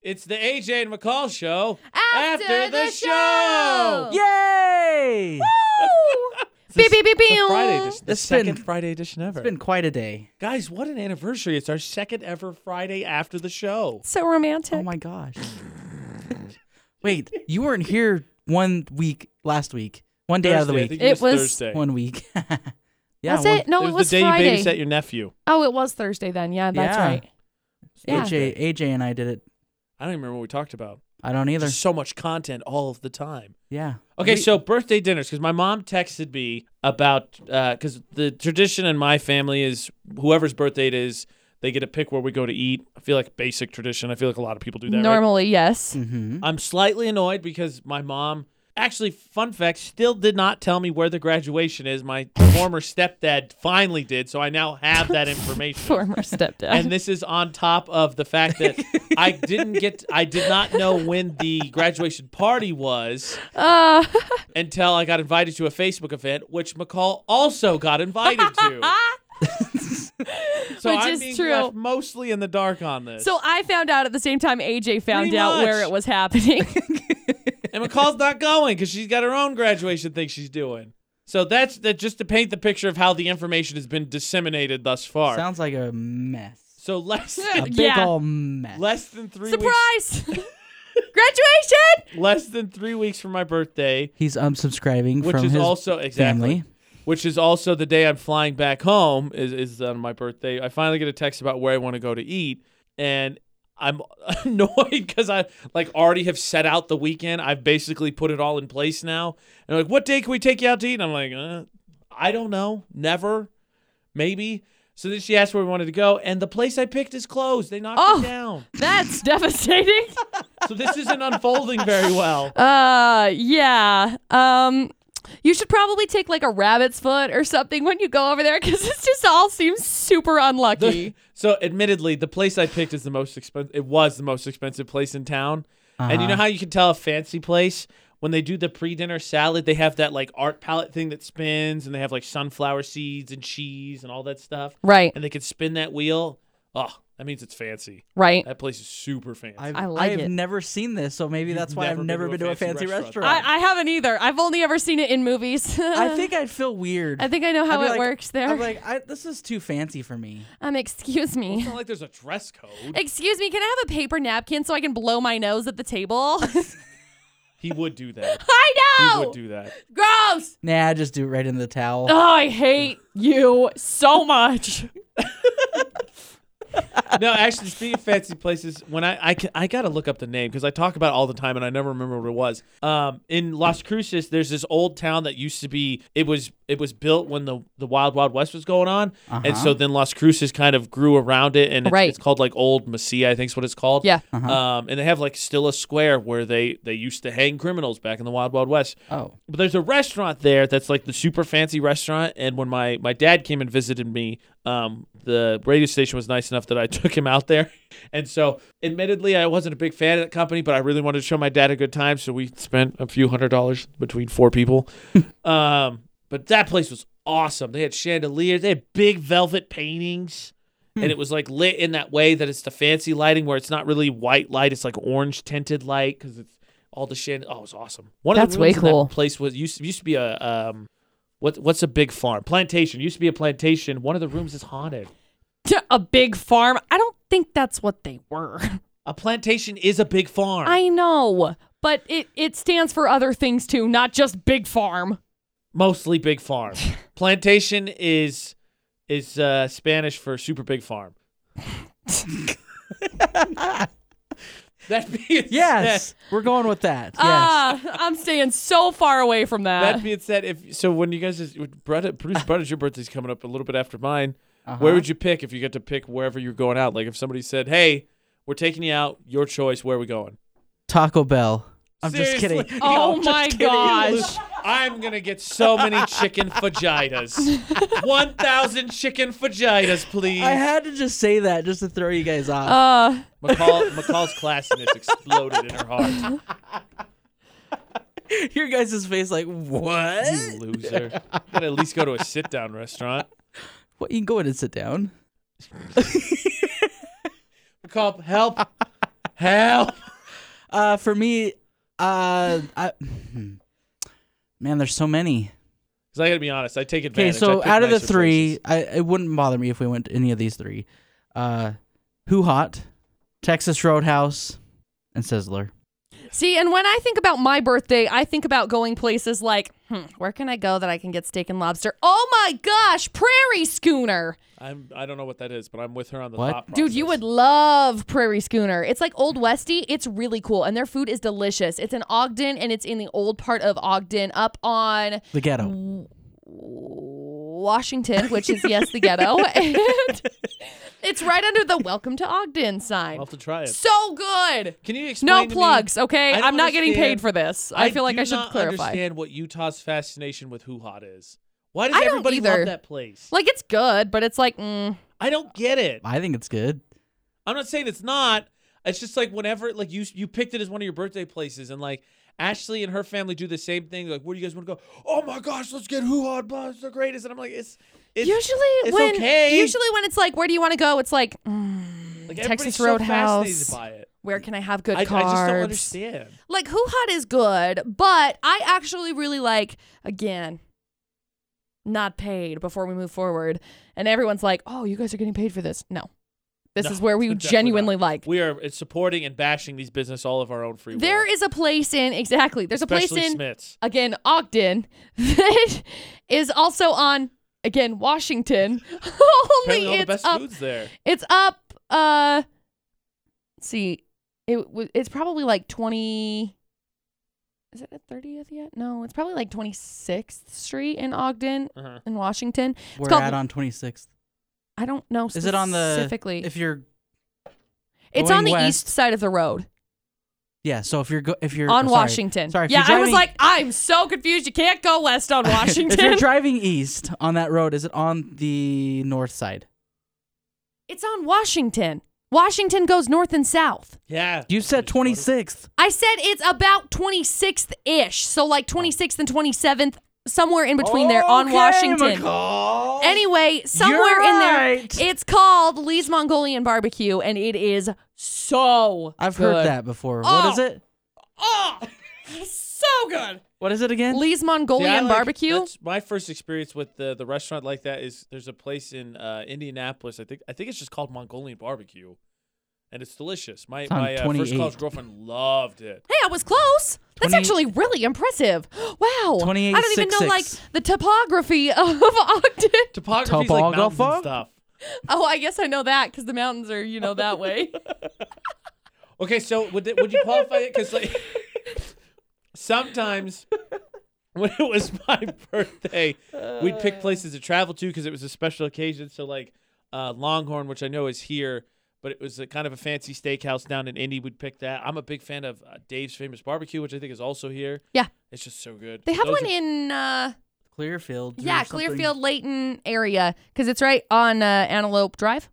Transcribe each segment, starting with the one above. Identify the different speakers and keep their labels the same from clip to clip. Speaker 1: It's the AJ and McCall show
Speaker 2: After the show! Oh.
Speaker 3: Yay!
Speaker 2: Beep, beep, beep,
Speaker 1: The
Speaker 2: beep.
Speaker 1: Friday edition, the
Speaker 3: It's been-
Speaker 1: second Friday edition ever.
Speaker 3: It's been quite a day.
Speaker 1: Guys, what an anniversary! It's our second ever Friday after the show.
Speaker 2: So romantic.
Speaker 3: Oh my gosh. Wait, you weren't here one week last week. One day out of the
Speaker 1: Thursday, I
Speaker 3: week.
Speaker 1: think
Speaker 2: It was-
Speaker 1: Thursday.
Speaker 3: One week. yeah.
Speaker 2: was
Speaker 3: one-
Speaker 2: it? No, it was,
Speaker 1: the day
Speaker 2: Friday.
Speaker 1: you babysat your nephew.
Speaker 2: oh, it was Thursday then. Yeah, that's
Speaker 3: Yeah.
Speaker 2: right. Yeah.
Speaker 3: AJ, AJ and I did it.
Speaker 1: I don't even remember what we talked about.
Speaker 3: I don't either.
Speaker 1: There's so much content all of the time.
Speaker 3: Yeah.
Speaker 1: Okay,
Speaker 3: We-
Speaker 1: so birthday dinners because my mom texted me about because the tradition in my family is whoever's birthday it is, they get to pick where we go to eat. I feel like basic tradition. I feel like a lot of people do that. right? Mm-hmm.
Speaker 2: Normally, yes.
Speaker 3: Mhm.
Speaker 1: I'm slightly annoyed because my mom actually, fun fact, still did not tell me where the graduation is. My former stepdad finally did, so I now have that information.
Speaker 2: Former stepdad.
Speaker 1: And this is on top of the fact that I didn't get, I did not know when the graduation party was
Speaker 2: uh,
Speaker 1: until I got invited to a Facebook event, which McCall also got invited to. So
Speaker 2: Which
Speaker 1: I'm
Speaker 2: is
Speaker 1: being
Speaker 2: true.
Speaker 1: left mostly in the dark on this.
Speaker 2: so I found out at the same time AJ found
Speaker 1: Pretty
Speaker 2: out
Speaker 1: much.
Speaker 2: where it was happening.
Speaker 1: and McCall's not going because she's got her own graduation thing she's doing. So that's that just to paint the picture of how the information has been disseminated thus far.
Speaker 3: Sounds like a mess.
Speaker 1: so less
Speaker 3: A
Speaker 1: than,
Speaker 3: big
Speaker 2: Yeah.
Speaker 3: ol' mess.
Speaker 1: less than three weeks
Speaker 2: Surprise! Graduation!
Speaker 1: less than three weeks from my birthday,
Speaker 3: He's unsubscribing
Speaker 1: which
Speaker 3: from
Speaker 1: is
Speaker 3: his
Speaker 1: also exactly
Speaker 3: family.
Speaker 1: which is also the day I'm flying back home is is on my birthday. I finally get a text about where I want to go to eat and I'm annoyed cuz I like already have set out the weekend. I've basically put it all in place now. And like, "What day can we take you out to eat?" And I'm like, uh, "I don't know. Never. Maybe." So then she asked where we wanted to go, and the place I picked is closed. They knocked
Speaker 2: Oh.
Speaker 1: it down.
Speaker 2: That's devastating.
Speaker 1: So this isn't unfolding very well.
Speaker 2: Uh, yeah. Um, you should probably take like a rabbit's foot or something when you go over there because it just all seems super unlucky.
Speaker 1: The- so admittedly, the place I picked is the most expensive. It was the most expensive place in town. And you know
Speaker 3: Uh-huh.
Speaker 1: how you can tell a fancy place when they do the pre-dinner salad, they have that like art palette thing that spins, and they have like sunflower seeds and cheese and all that stuff,
Speaker 2: right,
Speaker 1: and they can spin that wheel. Oh, that means it's fancy.
Speaker 2: right.
Speaker 1: That place is super fancy.
Speaker 3: I've,
Speaker 2: I like
Speaker 3: I've
Speaker 2: it.
Speaker 3: never seen this, so maybe
Speaker 1: You've
Speaker 3: that's why I've never been to a fancy, restaurant.
Speaker 2: I, I haven't either. I've only ever seen it in movies.
Speaker 3: I think I'd feel weird.
Speaker 2: I think I know
Speaker 3: I'd
Speaker 2: how
Speaker 3: be
Speaker 2: it
Speaker 3: like-
Speaker 2: works there.
Speaker 3: I'm like, I, this is too fancy for me.
Speaker 2: um, excuse
Speaker 1: it's
Speaker 2: me.
Speaker 1: not like there's a dress code.
Speaker 2: Excuse me, can I have a paper napkin so I can blow my nose at the table?
Speaker 1: He would do that.
Speaker 2: I
Speaker 1: He
Speaker 2: know!
Speaker 1: would do that.
Speaker 2: Gross!
Speaker 3: Nah, I just do it right in the towel.
Speaker 2: Oh, I hate you so much.
Speaker 1: no, actually, speaking of fancy places, when I I, ca- I gotta look up the name because I talk about it all the time and I never remember what it was. Um, in Las Cruces, there's this old town that used to be it was it was built when the the Wild Wild West was going on, and so then Las Cruces kind of grew around it, and it's,
Speaker 2: Right.
Speaker 1: it's called like Old Mesilla, I think is what it's called.
Speaker 2: Yeah.
Speaker 1: Um, and they have like still a square where they they used to hang criminals back in the Wild Wild West.
Speaker 3: Oh.
Speaker 1: But there's a restaurant there that's like the super fancy restaurant. And when my, my dad came and visited me, um, the radio station was nice enough that I took him out there. And so, admittedly, I wasn't a big fan of that company, but I really wanted to show my dad a good time. So we spent a few hundred dollars between four people. um, but that place was awesome. They had chandeliers, they had big velvet paintings.
Speaker 2: Hmm.
Speaker 1: And it was like lit in that way that it's the fancy lighting where it's not really white light, it's like orange tinted light because it's all the chandeliers. Oh, it was awesome. One of
Speaker 2: That's
Speaker 1: the
Speaker 2: way
Speaker 1: rooms in that
Speaker 2: cool.
Speaker 1: place was used to, used to be a um, what what's a big farm plantation? Used to be a plantation. One of the rooms is haunted.
Speaker 2: A big farm. I don't think that's what they were.
Speaker 1: A plantation is a big farm.
Speaker 2: I know, but it, it stands for other things too, not just big farm.
Speaker 1: Mostly big farm. plantation is is uh, Spanish for super big farm. that being
Speaker 3: Yes,
Speaker 1: said-
Speaker 3: we're going with that. Yes.
Speaker 2: Ah, I'm staying so far away from
Speaker 3: Uh.
Speaker 2: that.
Speaker 1: that being said, if so, when you guys is, Brett, producer Brett, your birthday's coming up a little bit after mine.
Speaker 3: Uh-huh.
Speaker 1: Where would you pick if you get to pick wherever you're going out? Like if somebody said, "Hey, we're taking you out. Your choice. Where are we going?"
Speaker 3: Taco Bell. I'm
Speaker 1: Seriously.
Speaker 3: just kidding.
Speaker 2: oh
Speaker 3: I'm just
Speaker 2: my
Speaker 3: kidding.
Speaker 2: gosh.
Speaker 1: I'm gonna get so many chicken fajitas. One thousand chicken fajitas, please.
Speaker 3: I had to just say that just to throw you guys off.
Speaker 2: Uh,
Speaker 1: McCall, McCall's classiness exploded in her heart.
Speaker 2: Uh,
Speaker 3: Your guys' face, like, what?
Speaker 1: You loser. You gotta at least go to a sit-down restaurant.
Speaker 3: what? You can go in and sit down.
Speaker 1: McCall, help, Hell.
Speaker 3: Uh, for me, uh, I, man, there's so many.
Speaker 1: Because I got to be honest, I take
Speaker 3: Okay,
Speaker 1: advantage.
Speaker 3: so
Speaker 1: I pick
Speaker 3: out of the
Speaker 1: nicer
Speaker 3: three,
Speaker 1: places.
Speaker 3: I, it wouldn't bother me if we went to any of these three. Uh, Who Hot, Texas Roadhouse, and Sizzler.
Speaker 2: See, and when I think about my birthday, I think about going places like, hmm, where can I go that I can get steak and lobster? Oh my gosh, Prairie Schooner.
Speaker 1: I'm, I don't know what that is, but I'm with her on the
Speaker 3: What?
Speaker 1: thought process.
Speaker 2: Dude, you would love Prairie Schooner. It's like Old Westy. It's really cool, and their food is delicious. It's in Ogden, and it's in the old part of Ogden, up on
Speaker 3: The ghetto.
Speaker 2: Washington, which is yes, the ghetto. And it's right under the Welcome to Ogden sign.
Speaker 1: I'll have to try it.
Speaker 2: So good.
Speaker 1: Can you explain?
Speaker 2: No
Speaker 1: to me-
Speaker 2: plugs, okay?
Speaker 1: I don't
Speaker 2: I'm not getting
Speaker 1: understand-
Speaker 2: paid for this. I, feel like
Speaker 1: do
Speaker 2: I should
Speaker 1: not
Speaker 2: clarify.
Speaker 1: understand what Utah's fascination with Hoo Hot is. Why does
Speaker 2: I don't
Speaker 1: everybody
Speaker 2: either.
Speaker 1: love that place?
Speaker 2: Like it's good, but it's like mm,
Speaker 1: I don't get it.
Speaker 3: I think it's good.
Speaker 1: I'm not saying it's not. It's just like whenever like you you picked it as one of your birthday places and like Ashley and her family do the same thing. Like, where do you guys want to go? Oh my gosh, let's get Hoo Hot. Blah, it's the greatest. And I'm like, it's it's
Speaker 2: usually
Speaker 1: it's
Speaker 2: when
Speaker 1: okay.
Speaker 2: usually when it's like where do you want to go? It's like mm,
Speaker 1: like, everybody's
Speaker 2: Texas
Speaker 1: so
Speaker 2: Roadhouse.
Speaker 1: fascinated by it.
Speaker 2: where can I have good
Speaker 1: I, I
Speaker 2: carbs?
Speaker 1: just don't understand.
Speaker 2: Like Hoo Hot is good, but I actually really like again not paid before we move forward. And everyone's like, "Oh, you guys are getting paid for this." No. This
Speaker 1: No,
Speaker 2: is where we
Speaker 1: definitely not.
Speaker 2: genuinely like.
Speaker 1: We are supporting and bashing these business all of our own free will.
Speaker 2: There is a place in exactly. There's a place
Speaker 1: especially
Speaker 2: in
Speaker 1: Smiths.
Speaker 2: again Ogden that is also on again Washington. Only
Speaker 1: Apparently, all the
Speaker 2: it's
Speaker 1: best
Speaker 2: up.
Speaker 1: foods there.
Speaker 2: It's up. Uh, let's see, it wa- it's probably like twenty. Is it the thirtieth yet? No, it's probably like twenty sixth Street in Ogden
Speaker 1: Uh-huh.
Speaker 2: in Washington.
Speaker 3: We're
Speaker 2: called-
Speaker 3: at on 26th.
Speaker 2: I don't know.
Speaker 3: Is it on the-
Speaker 2: specifically?
Speaker 3: If you're
Speaker 2: it's on
Speaker 3: going
Speaker 2: the
Speaker 3: west-
Speaker 2: east side of the road
Speaker 3: yeah, so if you're go- if you're
Speaker 2: on
Speaker 3: oh, sorry.
Speaker 2: Washington.
Speaker 3: Sorry, if
Speaker 2: yeah,
Speaker 3: you're
Speaker 2: I was
Speaker 3: driving-
Speaker 2: like, I'm so confused. You can't go west on
Speaker 3: if you're
Speaker 2: Washington.
Speaker 3: driving east on that road, is it on the north side?
Speaker 2: it's on Washington. Washington goes north and south.
Speaker 1: Yeah.
Speaker 3: You said 26th.
Speaker 2: I said it's about 26th ish. So like 26th and 27th, somewhere in between there on
Speaker 3: Okay,
Speaker 2: Washington.
Speaker 3: McCall.
Speaker 2: Anyway, somewhere in
Speaker 3: right.
Speaker 2: there, it's called Lee's Mongolian Barbecue, and it is so.
Speaker 3: I've
Speaker 2: good.
Speaker 3: heard that before. What is
Speaker 2: Oh.
Speaker 3: it?
Speaker 2: Oh, so good.
Speaker 3: What is it again?
Speaker 2: Lee's
Speaker 1: See, I
Speaker 2: Mongolian
Speaker 1: like-
Speaker 2: Barbecue.
Speaker 1: that's my first experience with the, the restaurant like that is there's a place in uh, Indianapolis. I think I think it's just called Mongolian Barbecue, and it's delicious. My
Speaker 3: on
Speaker 1: my uh, first
Speaker 3: 28.
Speaker 1: college girlfriend loved it.
Speaker 2: Hey, I was close. That's
Speaker 3: 20
Speaker 2: actually really impressive. Wow. I don't even know like
Speaker 3: 2866.
Speaker 2: the topography of Ogden.
Speaker 1: Topography's like mountains
Speaker 3: Topographer?
Speaker 1: and stuff.
Speaker 2: Oh, I guess I know that because the mountains are, you know, that way.
Speaker 1: Okay, so would th- would you qualify it? Because like sometimes when it was my birthday, we'd
Speaker 2: Uh.
Speaker 1: pick places to travel to because it was a special occasion. So like uh, Longhorn, which I know is here, but it was a kind of a fancy steakhouse down in Indy. We'd pick that. I'm a big fan of uh, Dave's Famous Barbecue, which I think is also here.
Speaker 2: Yeah.
Speaker 1: it's just so good.
Speaker 2: They have
Speaker 1: Those
Speaker 2: one
Speaker 1: are-
Speaker 2: in uh
Speaker 3: Clearfield. or
Speaker 2: yeah,
Speaker 3: something.
Speaker 2: Clearfield Layton area cuz it's right on uh, Antelope Drive.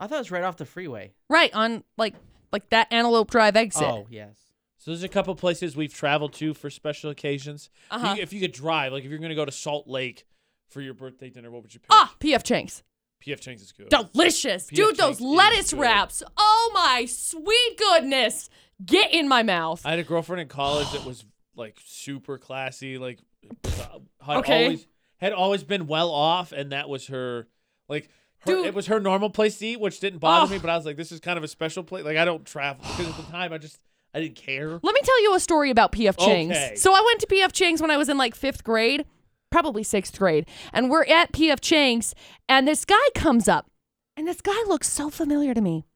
Speaker 3: I thought it was right off the freeway.
Speaker 2: Right on like like that Antelope Drive exit.
Speaker 3: Oh yes.
Speaker 1: So there's a couple places we've traveled to for special occasions. You-
Speaker 2: Uh-huh.
Speaker 1: if you could drive, like if you're gonna go to Salt Lake for your birthday dinner, what would you pick?
Speaker 2: Ah, PF Chang's.
Speaker 1: PF Chang's is good.
Speaker 2: Delicious.
Speaker 1: P.F.
Speaker 2: Dude,
Speaker 1: Chang's
Speaker 2: those
Speaker 1: is
Speaker 2: lettuce
Speaker 1: good.
Speaker 2: wraps. Oh my sweet goodness. Get in my mouth.
Speaker 1: I had a girlfriend in college that was like super classy, like had
Speaker 2: Okay.
Speaker 1: always had always been well off, and that was her like. Her,
Speaker 2: Dude.
Speaker 1: It was her normal place to eat, which didn't bother
Speaker 2: Oh.
Speaker 1: me. But I was like, this is kind of a special place. Like I don't travel because at the time I just I didn't care.
Speaker 2: Let me tell you a story about PF Chang's.
Speaker 1: Okay.
Speaker 2: So I went to PF Chang's when I was in like fifth grade, probably sixth grade, and we're at PF Chang's, and this guy comes up, and this guy looks so familiar to me,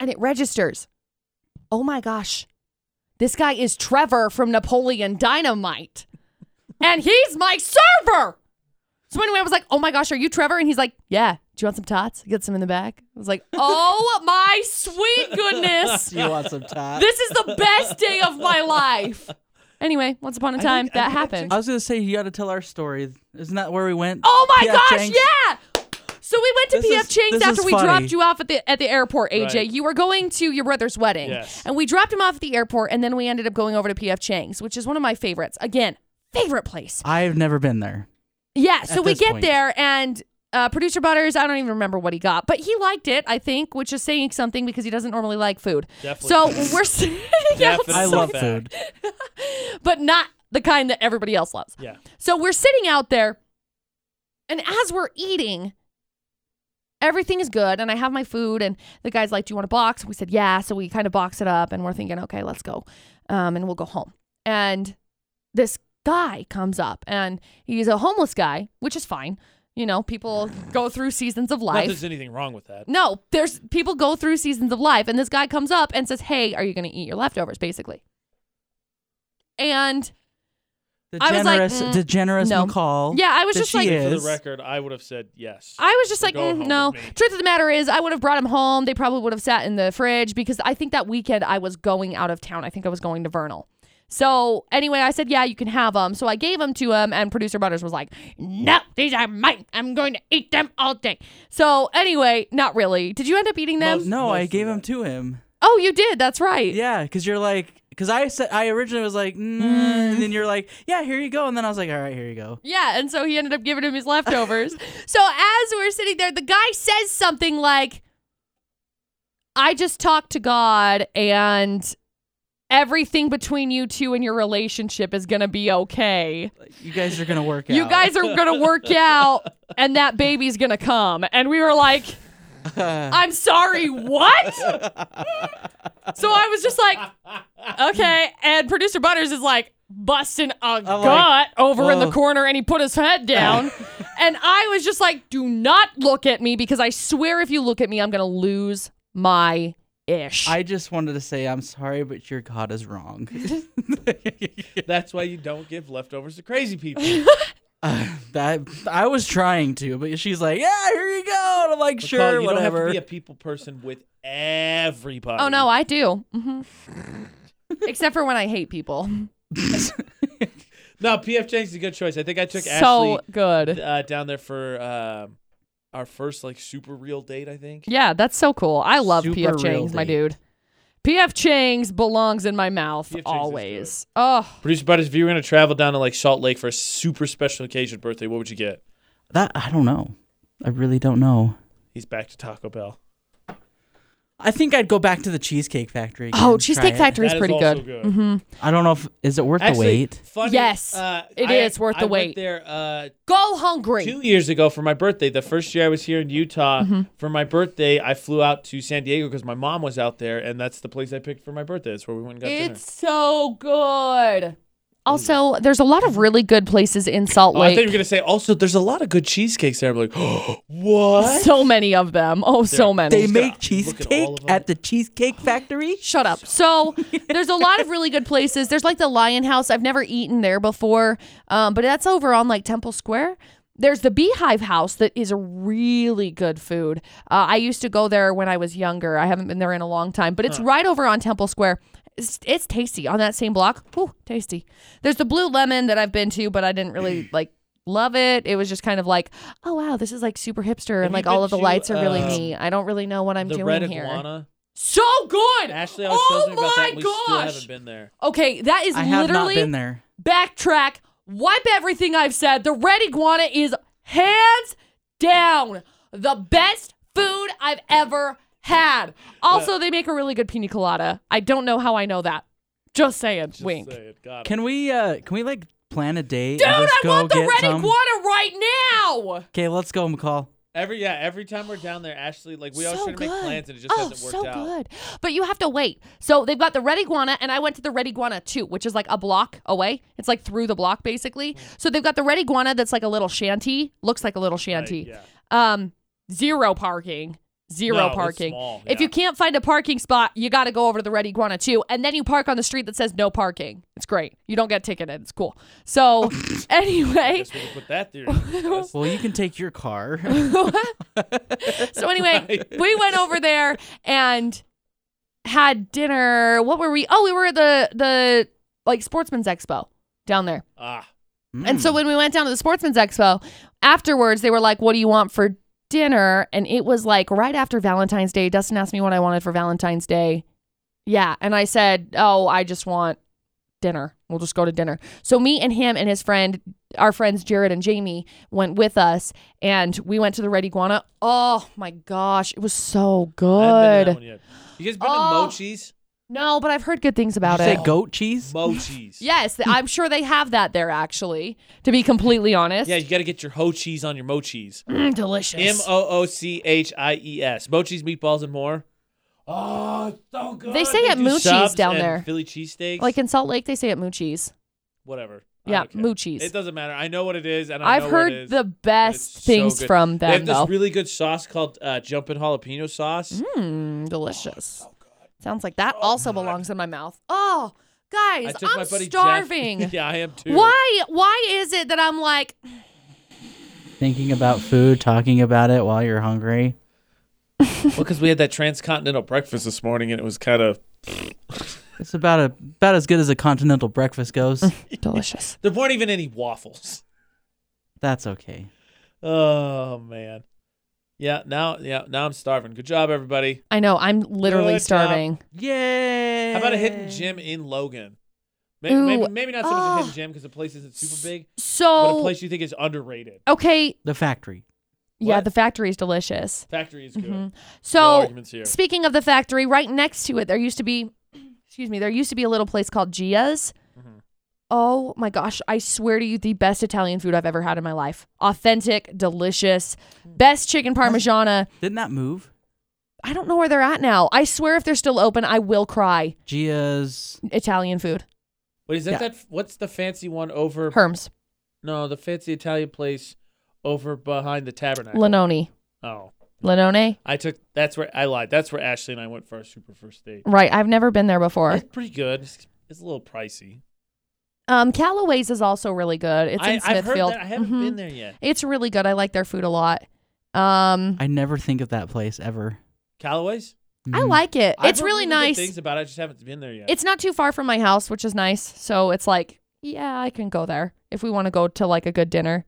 Speaker 2: and it registers. Oh my gosh, this guy is Trevor from Napoleon Dynamite, and he's my server. So anyway, I was like, "Oh my gosh, are you Trevor?" And he's like, "Yeah." Do you want some tots? Get some in the back. I was like, "Oh my sweet goodness!"
Speaker 3: Do you want some time?
Speaker 2: This is the best day of my life. Anyway, once upon a
Speaker 1: I
Speaker 2: time,
Speaker 1: think- I
Speaker 2: that
Speaker 1: think I
Speaker 2: happened.
Speaker 1: checked-
Speaker 3: I was gonna say you got to tell our story. Isn't that where we went?
Speaker 2: oh my
Speaker 3: P.F.
Speaker 2: gosh,
Speaker 3: Chang's?
Speaker 2: yeah. So we went to
Speaker 3: This
Speaker 2: PF
Speaker 3: is-
Speaker 2: Chang's
Speaker 3: this
Speaker 2: after
Speaker 3: is
Speaker 2: we
Speaker 3: funny.
Speaker 2: dropped you off at the at the airport, AJ.
Speaker 1: Right.
Speaker 2: You were going to your brother's wedding.
Speaker 1: Yes.
Speaker 2: And we dropped him off at the airport and then we ended up going over to PF Chang's, which is one of my favorites. Again, favorite place.
Speaker 3: I've never been there.
Speaker 2: Yeah, so
Speaker 3: At
Speaker 2: we
Speaker 3: this
Speaker 2: get
Speaker 3: point.
Speaker 2: there and Uh, producer Butters, I don't even remember what he got, but he liked it, I think, which is saying something because he doesn't normally like food.
Speaker 1: Definitely.
Speaker 2: So we're sitting
Speaker 1: Definitely.
Speaker 3: I
Speaker 2: outside,
Speaker 3: love
Speaker 1: Back.
Speaker 3: food.
Speaker 2: but not the kind that everybody else loves.
Speaker 1: Yeah.
Speaker 2: So we're sitting out there, and as we're eating, everything is good. And I have my food, and the guy's like, Do you want a box? We said, Yeah. So we kind of box it up, and we're thinking, Okay, let's go. Um, and we'll go home. And this guy comes up, and he's a homeless guy, which is fine. You know, people go through seasons of
Speaker 1: Not that
Speaker 2: life.
Speaker 1: there's anything wrong with that.
Speaker 2: No, there's people go through seasons of life, and this guy comes up and says, "Hey, are you going to eat your leftovers?" Basically, and
Speaker 3: The
Speaker 2: I was like,
Speaker 3: generous,
Speaker 2: mm,
Speaker 3: degenerous
Speaker 2: no.
Speaker 3: McCall.
Speaker 2: yeah, I was
Speaker 3: that
Speaker 2: just
Speaker 3: she
Speaker 2: like, "Mm,
Speaker 1: For the
Speaker 3: is.
Speaker 1: record, I would have said yes.
Speaker 2: I was just
Speaker 1: So
Speaker 2: like,
Speaker 1: go
Speaker 2: mm,
Speaker 1: home
Speaker 2: no.
Speaker 1: with me.
Speaker 2: Truth of the matter is, I would have brought him home. They probably would have sat in the fridge because I think that weekend I was going out of town. I think I was going to Vernal. So anyway, I said, yeah, you can have them. So I gave them to him, and producer Butters was like, no, these are mine. I'm going to eat them all day. So anyway, not really. Did you end up eating them?
Speaker 1: Most-
Speaker 3: No, I
Speaker 1: Mostly
Speaker 3: gave him
Speaker 1: that.
Speaker 3: to him.
Speaker 2: oh, you did. That's right.
Speaker 3: Yeah, because you're like, because I said I originally was like, mm, and then you're like, yeah, here you go, and then I was like, all right, here you go.
Speaker 2: Yeah, and so he ended up giving him his leftovers. so as we're sitting there, the guy says something like, I just talked to God and everything between you two and your relationship is going to be okay.
Speaker 3: You guys are gonna work
Speaker 2: You
Speaker 3: out.
Speaker 2: guys are going to work out and that baby's going to come. And we were like, I'm sorry, what? so I was just like, okay. And producer Butters is like busting a gut over in the
Speaker 3: "Whoa."
Speaker 2: corner and he put his head down. and I was just like, do not look at me because I swear if you look at me, I'm going to lose my ish.
Speaker 3: I just wanted to say I'm sorry, but your God is wrong.
Speaker 1: That's why you don't give leftovers to crazy people.
Speaker 3: Uh, that I was trying to, but she's like, yeah, here you go. And I'm like,
Speaker 1: McCall,
Speaker 3: sure,
Speaker 1: you
Speaker 3: whatever.
Speaker 1: don't have to be a people person with everybody.
Speaker 2: oh, no, I do. hmm Except for when I hate people.
Speaker 1: no. PF Chang's is a good choice. I think I took
Speaker 2: so
Speaker 1: Ashley
Speaker 2: good.
Speaker 1: uh, down there for um, our first like super real date. I think.
Speaker 2: Yeah, that's so cool. I love
Speaker 3: Super
Speaker 2: P.F.
Speaker 3: real
Speaker 2: Chang's, my
Speaker 3: date.
Speaker 2: dude. P.F. Chang's belongs in my mouth
Speaker 1: P.F. Chang's is
Speaker 2: always. Oh,
Speaker 1: Producer Butters, if you were gonna travel down to like Salt Lake for a super special occasion birthday, what would you get?
Speaker 3: that I don't know. I really don't know.
Speaker 1: He's back to Taco Bell.
Speaker 3: I think I'd go back to the Cheesecake Factory. again,
Speaker 2: oh,
Speaker 3: try
Speaker 2: Cheesecake
Speaker 3: it.
Speaker 2: Factory
Speaker 1: That
Speaker 2: is
Speaker 1: is
Speaker 2: pretty
Speaker 1: also
Speaker 2: good. Mm-hmm.
Speaker 1: good.
Speaker 3: I don't know if is it worth
Speaker 1: Actually,
Speaker 3: the wait.
Speaker 1: funny.
Speaker 2: Yes,
Speaker 1: uh,
Speaker 2: it
Speaker 1: I-
Speaker 2: is worth
Speaker 1: I
Speaker 2: the
Speaker 1: went
Speaker 2: wait.
Speaker 1: there uh,
Speaker 2: Go hungry.
Speaker 1: two years ago for my birthday. The first year I was here in Utah
Speaker 2: Mm-hmm.
Speaker 1: for my birthday, I flew out to San Diego because my mom was out there, and that's the place I picked for my birthday. That's where we went and got dinner.
Speaker 2: It's so good. Also, there's a lot of really good places in Salt
Speaker 1: Oh, I
Speaker 2: Lake.
Speaker 1: thought you were gonna say also. There's a lot of good cheesecakes there. I'm like, what?
Speaker 2: so many of them. Oh, so
Speaker 1: They're-
Speaker 2: many.
Speaker 3: They
Speaker 1: Just
Speaker 3: make
Speaker 1: gotta look at all
Speaker 3: cheesecake
Speaker 1: of 'em.
Speaker 3: at the Cheesecake Factory.
Speaker 2: Shut up. So there's a lot of really good places. There's like the Lion House. I've never eaten there before, um, but that's over on like Temple Square. There's the Beehive House that is really good food. Uh, I used to go there when I was younger. I haven't been there in a long time, but it's right over on Temple Square. It's, it's tasty on that same block. Whew, tasty. There's the Blue Lemon that I've been to, but I didn't really like love it. It was just kind of like, oh wow, this is like super hipster,
Speaker 1: Have
Speaker 2: and
Speaker 1: you
Speaker 2: like all
Speaker 1: been
Speaker 2: of the
Speaker 1: to,
Speaker 2: lights are really
Speaker 1: um,
Speaker 2: neat. I don't really know what I'm
Speaker 1: the
Speaker 2: doing
Speaker 1: red
Speaker 2: here.
Speaker 1: iguana.
Speaker 2: So good.
Speaker 1: Ashley always
Speaker 2: oh
Speaker 1: tells me about
Speaker 2: my
Speaker 1: that. and We still
Speaker 2: gosh.
Speaker 1: haven't been there.
Speaker 2: Okay, that is
Speaker 3: I have not
Speaker 2: literally
Speaker 3: been there.
Speaker 2: backtrack. Wipe everything I've said. The red iguana is hands down the best food I've ever had. Also, they make a really good pina colada. I don't know how I know that. Just saying.
Speaker 1: Just
Speaker 2: Wink.
Speaker 1: say it. Got it.
Speaker 3: Can we uh can we like plan a date?
Speaker 2: Dude,
Speaker 3: and just
Speaker 2: I
Speaker 3: go
Speaker 2: want the
Speaker 3: get
Speaker 2: red
Speaker 3: some?
Speaker 2: iguana right now.
Speaker 3: Okay, let's go, McCall.
Speaker 1: Every yeah, every time we're down there, Ashley like we always
Speaker 2: so
Speaker 1: try to
Speaker 2: good.
Speaker 1: make plans and it just
Speaker 2: oh,
Speaker 1: hasn't worked
Speaker 2: so
Speaker 1: out.
Speaker 2: good. But you have to wait. So they've got the red iguana, and I went to the red iguana too, which is like a block away. It's like through the block
Speaker 1: Hmm.
Speaker 2: basically. So they've got the red iguana that's like a little shanty, looks like a little shanty.
Speaker 1: yeah.
Speaker 2: Um, zero parking. Zero
Speaker 1: No, it's
Speaker 2: parking.
Speaker 1: small,
Speaker 2: If
Speaker 1: yeah.
Speaker 2: you can't find a parking spot, you got to go over to the Red Iguana too, and then you park on the street that says no parking. It's great. You don't get ticketed. It's cool. So anyway,
Speaker 1: Guess we can put that theory. to the test.
Speaker 3: Well, you can take your car.
Speaker 2: Mm. So anyway, we went over there and had dinner. What were we? Oh, we were at the the like Sportsman's Expo down there.
Speaker 1: ah,
Speaker 2: And so when we went down to the Sportsman's Expo, afterwards they were like, "What do you want for dinner?" And it was like right after Valentine's Day. Dustin asked me what I wanted for Valentine's Day. Yeah, and I said, "Oh, I just want dinner. We'll just go to dinner." So me and him and his friend our friends Jared and Jamie went with us, and we went to the Red Iguana. Oh my gosh, it was so
Speaker 1: I haven't been to that
Speaker 2: good.
Speaker 1: one yet. You guys been
Speaker 2: Oh.
Speaker 1: to Mochi's?
Speaker 2: No, but I've heard good things about
Speaker 3: Did you
Speaker 2: it.
Speaker 3: say goat cheese?
Speaker 1: Mochi's.
Speaker 2: Yes, th- I'm sure they have that there. Actually, to be completely honest,
Speaker 1: Yeah, you got to get your ho cheese on your mochis.
Speaker 2: Mm, delicious.
Speaker 1: M O O C H I E S. Mochis, meatballs, and more. Oh, it's so good.
Speaker 2: They say at
Speaker 1: do
Speaker 2: Moochie's
Speaker 1: subs
Speaker 2: down
Speaker 1: and
Speaker 2: there.
Speaker 1: Philly cheesesteaks.
Speaker 2: like in Salt Lake, they say it Moochie's.
Speaker 1: whatever. I
Speaker 2: Yeah,
Speaker 1: don't care.
Speaker 2: Moochie's.
Speaker 1: It doesn't matter. I know what it is, and I
Speaker 2: I've
Speaker 1: know what it
Speaker 2: heard
Speaker 1: is,
Speaker 2: the
Speaker 1: and it's
Speaker 2: best
Speaker 1: so
Speaker 2: things
Speaker 1: good.
Speaker 2: from
Speaker 1: They have
Speaker 2: them, though.
Speaker 1: this really good sauce called uh, Jumpin' Jalapeno Sauce. Oh,
Speaker 2: Mmm, delicious. Sounds like that also belongs in my mouth. Oh,
Speaker 1: I
Speaker 2: guys,
Speaker 1: took my
Speaker 2: I'm
Speaker 1: buddy Jeff-
Speaker 2: starving.
Speaker 1: yeah, I am too.
Speaker 2: Why? Why is it that I'm like?
Speaker 3: Thinking about food, talking about it while you're hungry.
Speaker 1: Because we had that transcontinental breakfast this morning, and it was kind of
Speaker 3: It's about a, about as good as a continental breakfast goes.
Speaker 2: Delicious.
Speaker 1: there weren't even any waffles.
Speaker 3: That's okay.
Speaker 1: Oh man. Yeah, now yeah, now I'm starving. Good job, everybody.
Speaker 2: I know. I'm literally
Speaker 1: Good job.
Speaker 2: starving.
Speaker 3: Yay!
Speaker 1: How about a hidden gym in Logan? Maybe,
Speaker 2: Ooh, oh.
Speaker 1: maybe, maybe not so much a hidden
Speaker 2: ah.
Speaker 1: gym because the place isn't super big, but a
Speaker 2: So
Speaker 1: place you think is underrated.
Speaker 2: okay,
Speaker 3: The factory.
Speaker 2: yeah,
Speaker 1: What?
Speaker 2: the factory is delicious.
Speaker 1: Factory is good.
Speaker 2: Mhm.
Speaker 1: No
Speaker 2: So
Speaker 1: arguments here.
Speaker 2: speaking of the factory, right next to it, there used to be, excuse me, there used to be a little place called Gia's.
Speaker 1: Mhm.
Speaker 2: Oh my gosh, I swear to you, the best Italian food I've ever had in my life. Authentic, delicious,
Speaker 1: Mm.
Speaker 2: best chicken parmigiana.
Speaker 3: Didn't that move?
Speaker 2: I don't know where they're at now. I swear if they're still open, I will cry.
Speaker 3: Gia's.
Speaker 2: Italian food.
Speaker 1: Wait, is that
Speaker 3: Yeah.
Speaker 1: that? What's the fancy one over?
Speaker 2: Herms,
Speaker 1: No, the fancy Italian place over behind the tabernacle.
Speaker 2: Lenoni.
Speaker 1: Oh,
Speaker 2: Lenone?
Speaker 1: I took. That's where I lied. That's where Ashley and I went for our super first date.
Speaker 2: Right, I've never been there before.
Speaker 1: It's pretty good. It's, it's a little pricey.
Speaker 2: Um, Callaway's is also really good. It's
Speaker 1: I,
Speaker 2: in
Speaker 1: I've heard
Speaker 2: Smithfield.
Speaker 1: that. I haven't
Speaker 2: Mhm.
Speaker 1: been there yet.
Speaker 2: It's really good. I like their food a lot. Um,
Speaker 3: I never think of that place ever.
Speaker 1: Callaway's.
Speaker 2: I
Speaker 3: Mm.
Speaker 2: like it.
Speaker 1: I've
Speaker 2: it's
Speaker 1: heard
Speaker 2: really
Speaker 1: really good
Speaker 2: nice.
Speaker 1: Things about. It. I just haven't been there yet.
Speaker 2: It's not too far from my house, which is nice. So it's like, yeah, I can go there if we want to go to like a good dinner.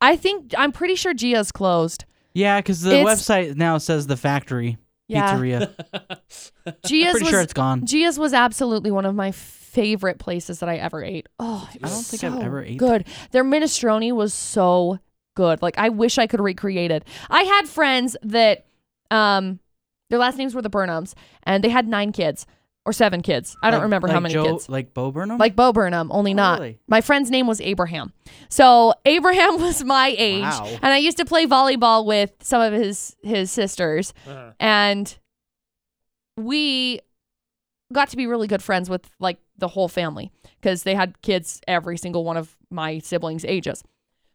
Speaker 2: I think I'm pretty sure Gia's closed.
Speaker 3: Yeah, because the
Speaker 2: It's-
Speaker 3: website now says the factory
Speaker 2: Yeah,
Speaker 3: pizzeria.
Speaker 1: Uh-huh.
Speaker 2: Gia's
Speaker 3: Pretty
Speaker 2: was
Speaker 3: sure it's gone.
Speaker 2: Gia's was absolutely one of my favorite places that I ever ate. Oh, it
Speaker 3: I
Speaker 2: was
Speaker 3: don't think I've
Speaker 2: so
Speaker 3: ever ate
Speaker 2: good. Their minestrone was so good. Like I wish I could recreate it. I had friends that um their last names were the Burnhams and they had 9 kids or 7 kids. I don't
Speaker 3: Like-
Speaker 2: remember how
Speaker 3: like
Speaker 2: many
Speaker 3: Joe-
Speaker 2: kids.
Speaker 3: Like Bo Burnham. Oh,
Speaker 2: Like Bo Burnham, only not.
Speaker 3: Really?
Speaker 2: My friend's name was Abraham. So Abraham was my age
Speaker 3: Wow.
Speaker 2: and I used to play volleyball with some of his his sisters
Speaker 1: Uh-huh.
Speaker 2: and we got to be really good friends with like the whole family because they had kids every single one of my siblings ages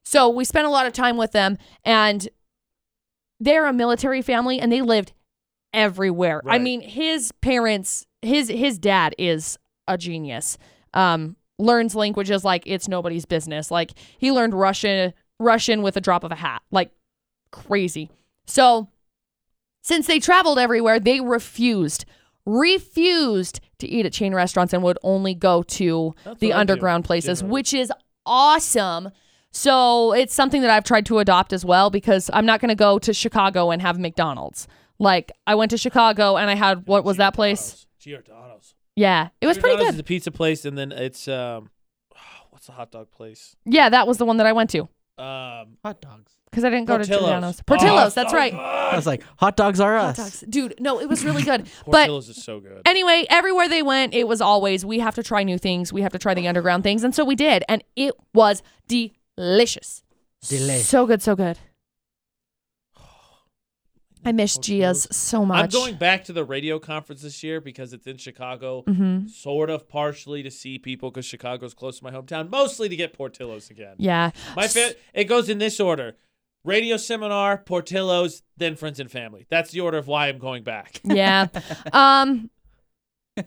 Speaker 2: so we spent a lot of time with them and they're a military family and they lived everywhere i
Speaker 1: Right.
Speaker 2: mean his parents his his dad is a genius um learns languages like it's nobody's business like he learned russian russian with a drop of a hat like crazy so since they traveled everywhere, they refused, refused to eat at chain restaurants and would only go to
Speaker 1: That's
Speaker 2: the
Speaker 1: what I do,
Speaker 2: underground places,
Speaker 1: generally.
Speaker 2: which is awesome. So it's something that I've tried to adopt as well because I'm not going to go to Chicago and have McDonald's. Like I went to Chicago and I had what was that place?
Speaker 1: Giordano's.
Speaker 2: Yeah, it was pretty
Speaker 1: Giordano's
Speaker 2: good.
Speaker 1: Is a pizza place, and then it's um, what's the hot dog place?
Speaker 2: Yeah, that was the one that I went to
Speaker 1: Um,
Speaker 3: Hot dogs.
Speaker 2: because I didn't go to
Speaker 1: Portillo's.
Speaker 2: Giordano's.
Speaker 1: Oh,
Speaker 2: Portillo's,
Speaker 1: so
Speaker 2: that's right.
Speaker 3: I was like, hot dogs are
Speaker 2: Hot
Speaker 3: us.
Speaker 2: dogs. Dude, no, it was really good. but
Speaker 1: Portillo's is so good.
Speaker 2: Anyway, everywhere they went, it was always we have to try new things, we have to try the underground things, and so we did, and it was delicious.
Speaker 3: Delicious.
Speaker 2: So good, so good. I miss
Speaker 1: Portillo's.
Speaker 2: Gia's so much.
Speaker 1: I'm going back to the radio conference this year because it's in Chicago,
Speaker 2: Mhm.
Speaker 1: sort of partially to see people because Chicago's close to my hometown, mostly to get Portillo's again.
Speaker 2: Yeah.
Speaker 1: My fa- it goes in this order: radio seminar, Portillo's, then friends and family. That's the order of why I'm going back.
Speaker 2: yeah. Um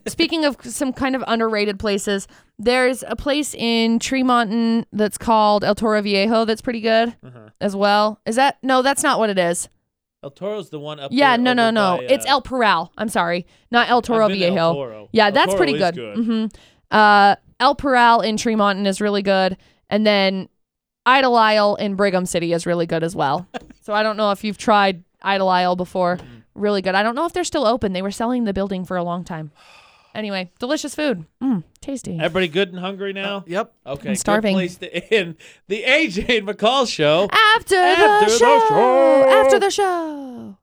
Speaker 2: speaking of some kind of underrated places, there's a place in Tremonton that's called El Toro Viejo that's pretty good
Speaker 1: Uh-huh.
Speaker 2: as well. Is that No, that's not what it is.
Speaker 1: El Toro's the one up.
Speaker 2: Yeah,
Speaker 1: there
Speaker 2: no, no,
Speaker 1: over
Speaker 2: no.
Speaker 1: by, uh,
Speaker 2: it's El Peral. I'm sorry. Not El Toro
Speaker 1: I've been to El
Speaker 2: Viejo.
Speaker 1: Toro.
Speaker 2: Yeah,
Speaker 1: El
Speaker 2: that's
Speaker 1: Toro
Speaker 2: pretty
Speaker 1: is
Speaker 2: good. hmm Uh, El Peral in Tremonton is really good, and then Idle Isle in Brigham City is really good as well. so I don't know if you've tried
Speaker 1: Mm.
Speaker 2: Idle Isle before. Really good. I don't know if they're still open. They were selling the building for a long time. Anyway, delicious food. Mm, tasty.
Speaker 1: Everybody good and hungry now?
Speaker 3: Yep.
Speaker 1: Okay,
Speaker 2: I'm starving.
Speaker 1: Good place to end the AJ and McCall show.
Speaker 2: After,
Speaker 1: After
Speaker 2: the,
Speaker 1: the
Speaker 2: show,
Speaker 1: show.
Speaker 2: After the show.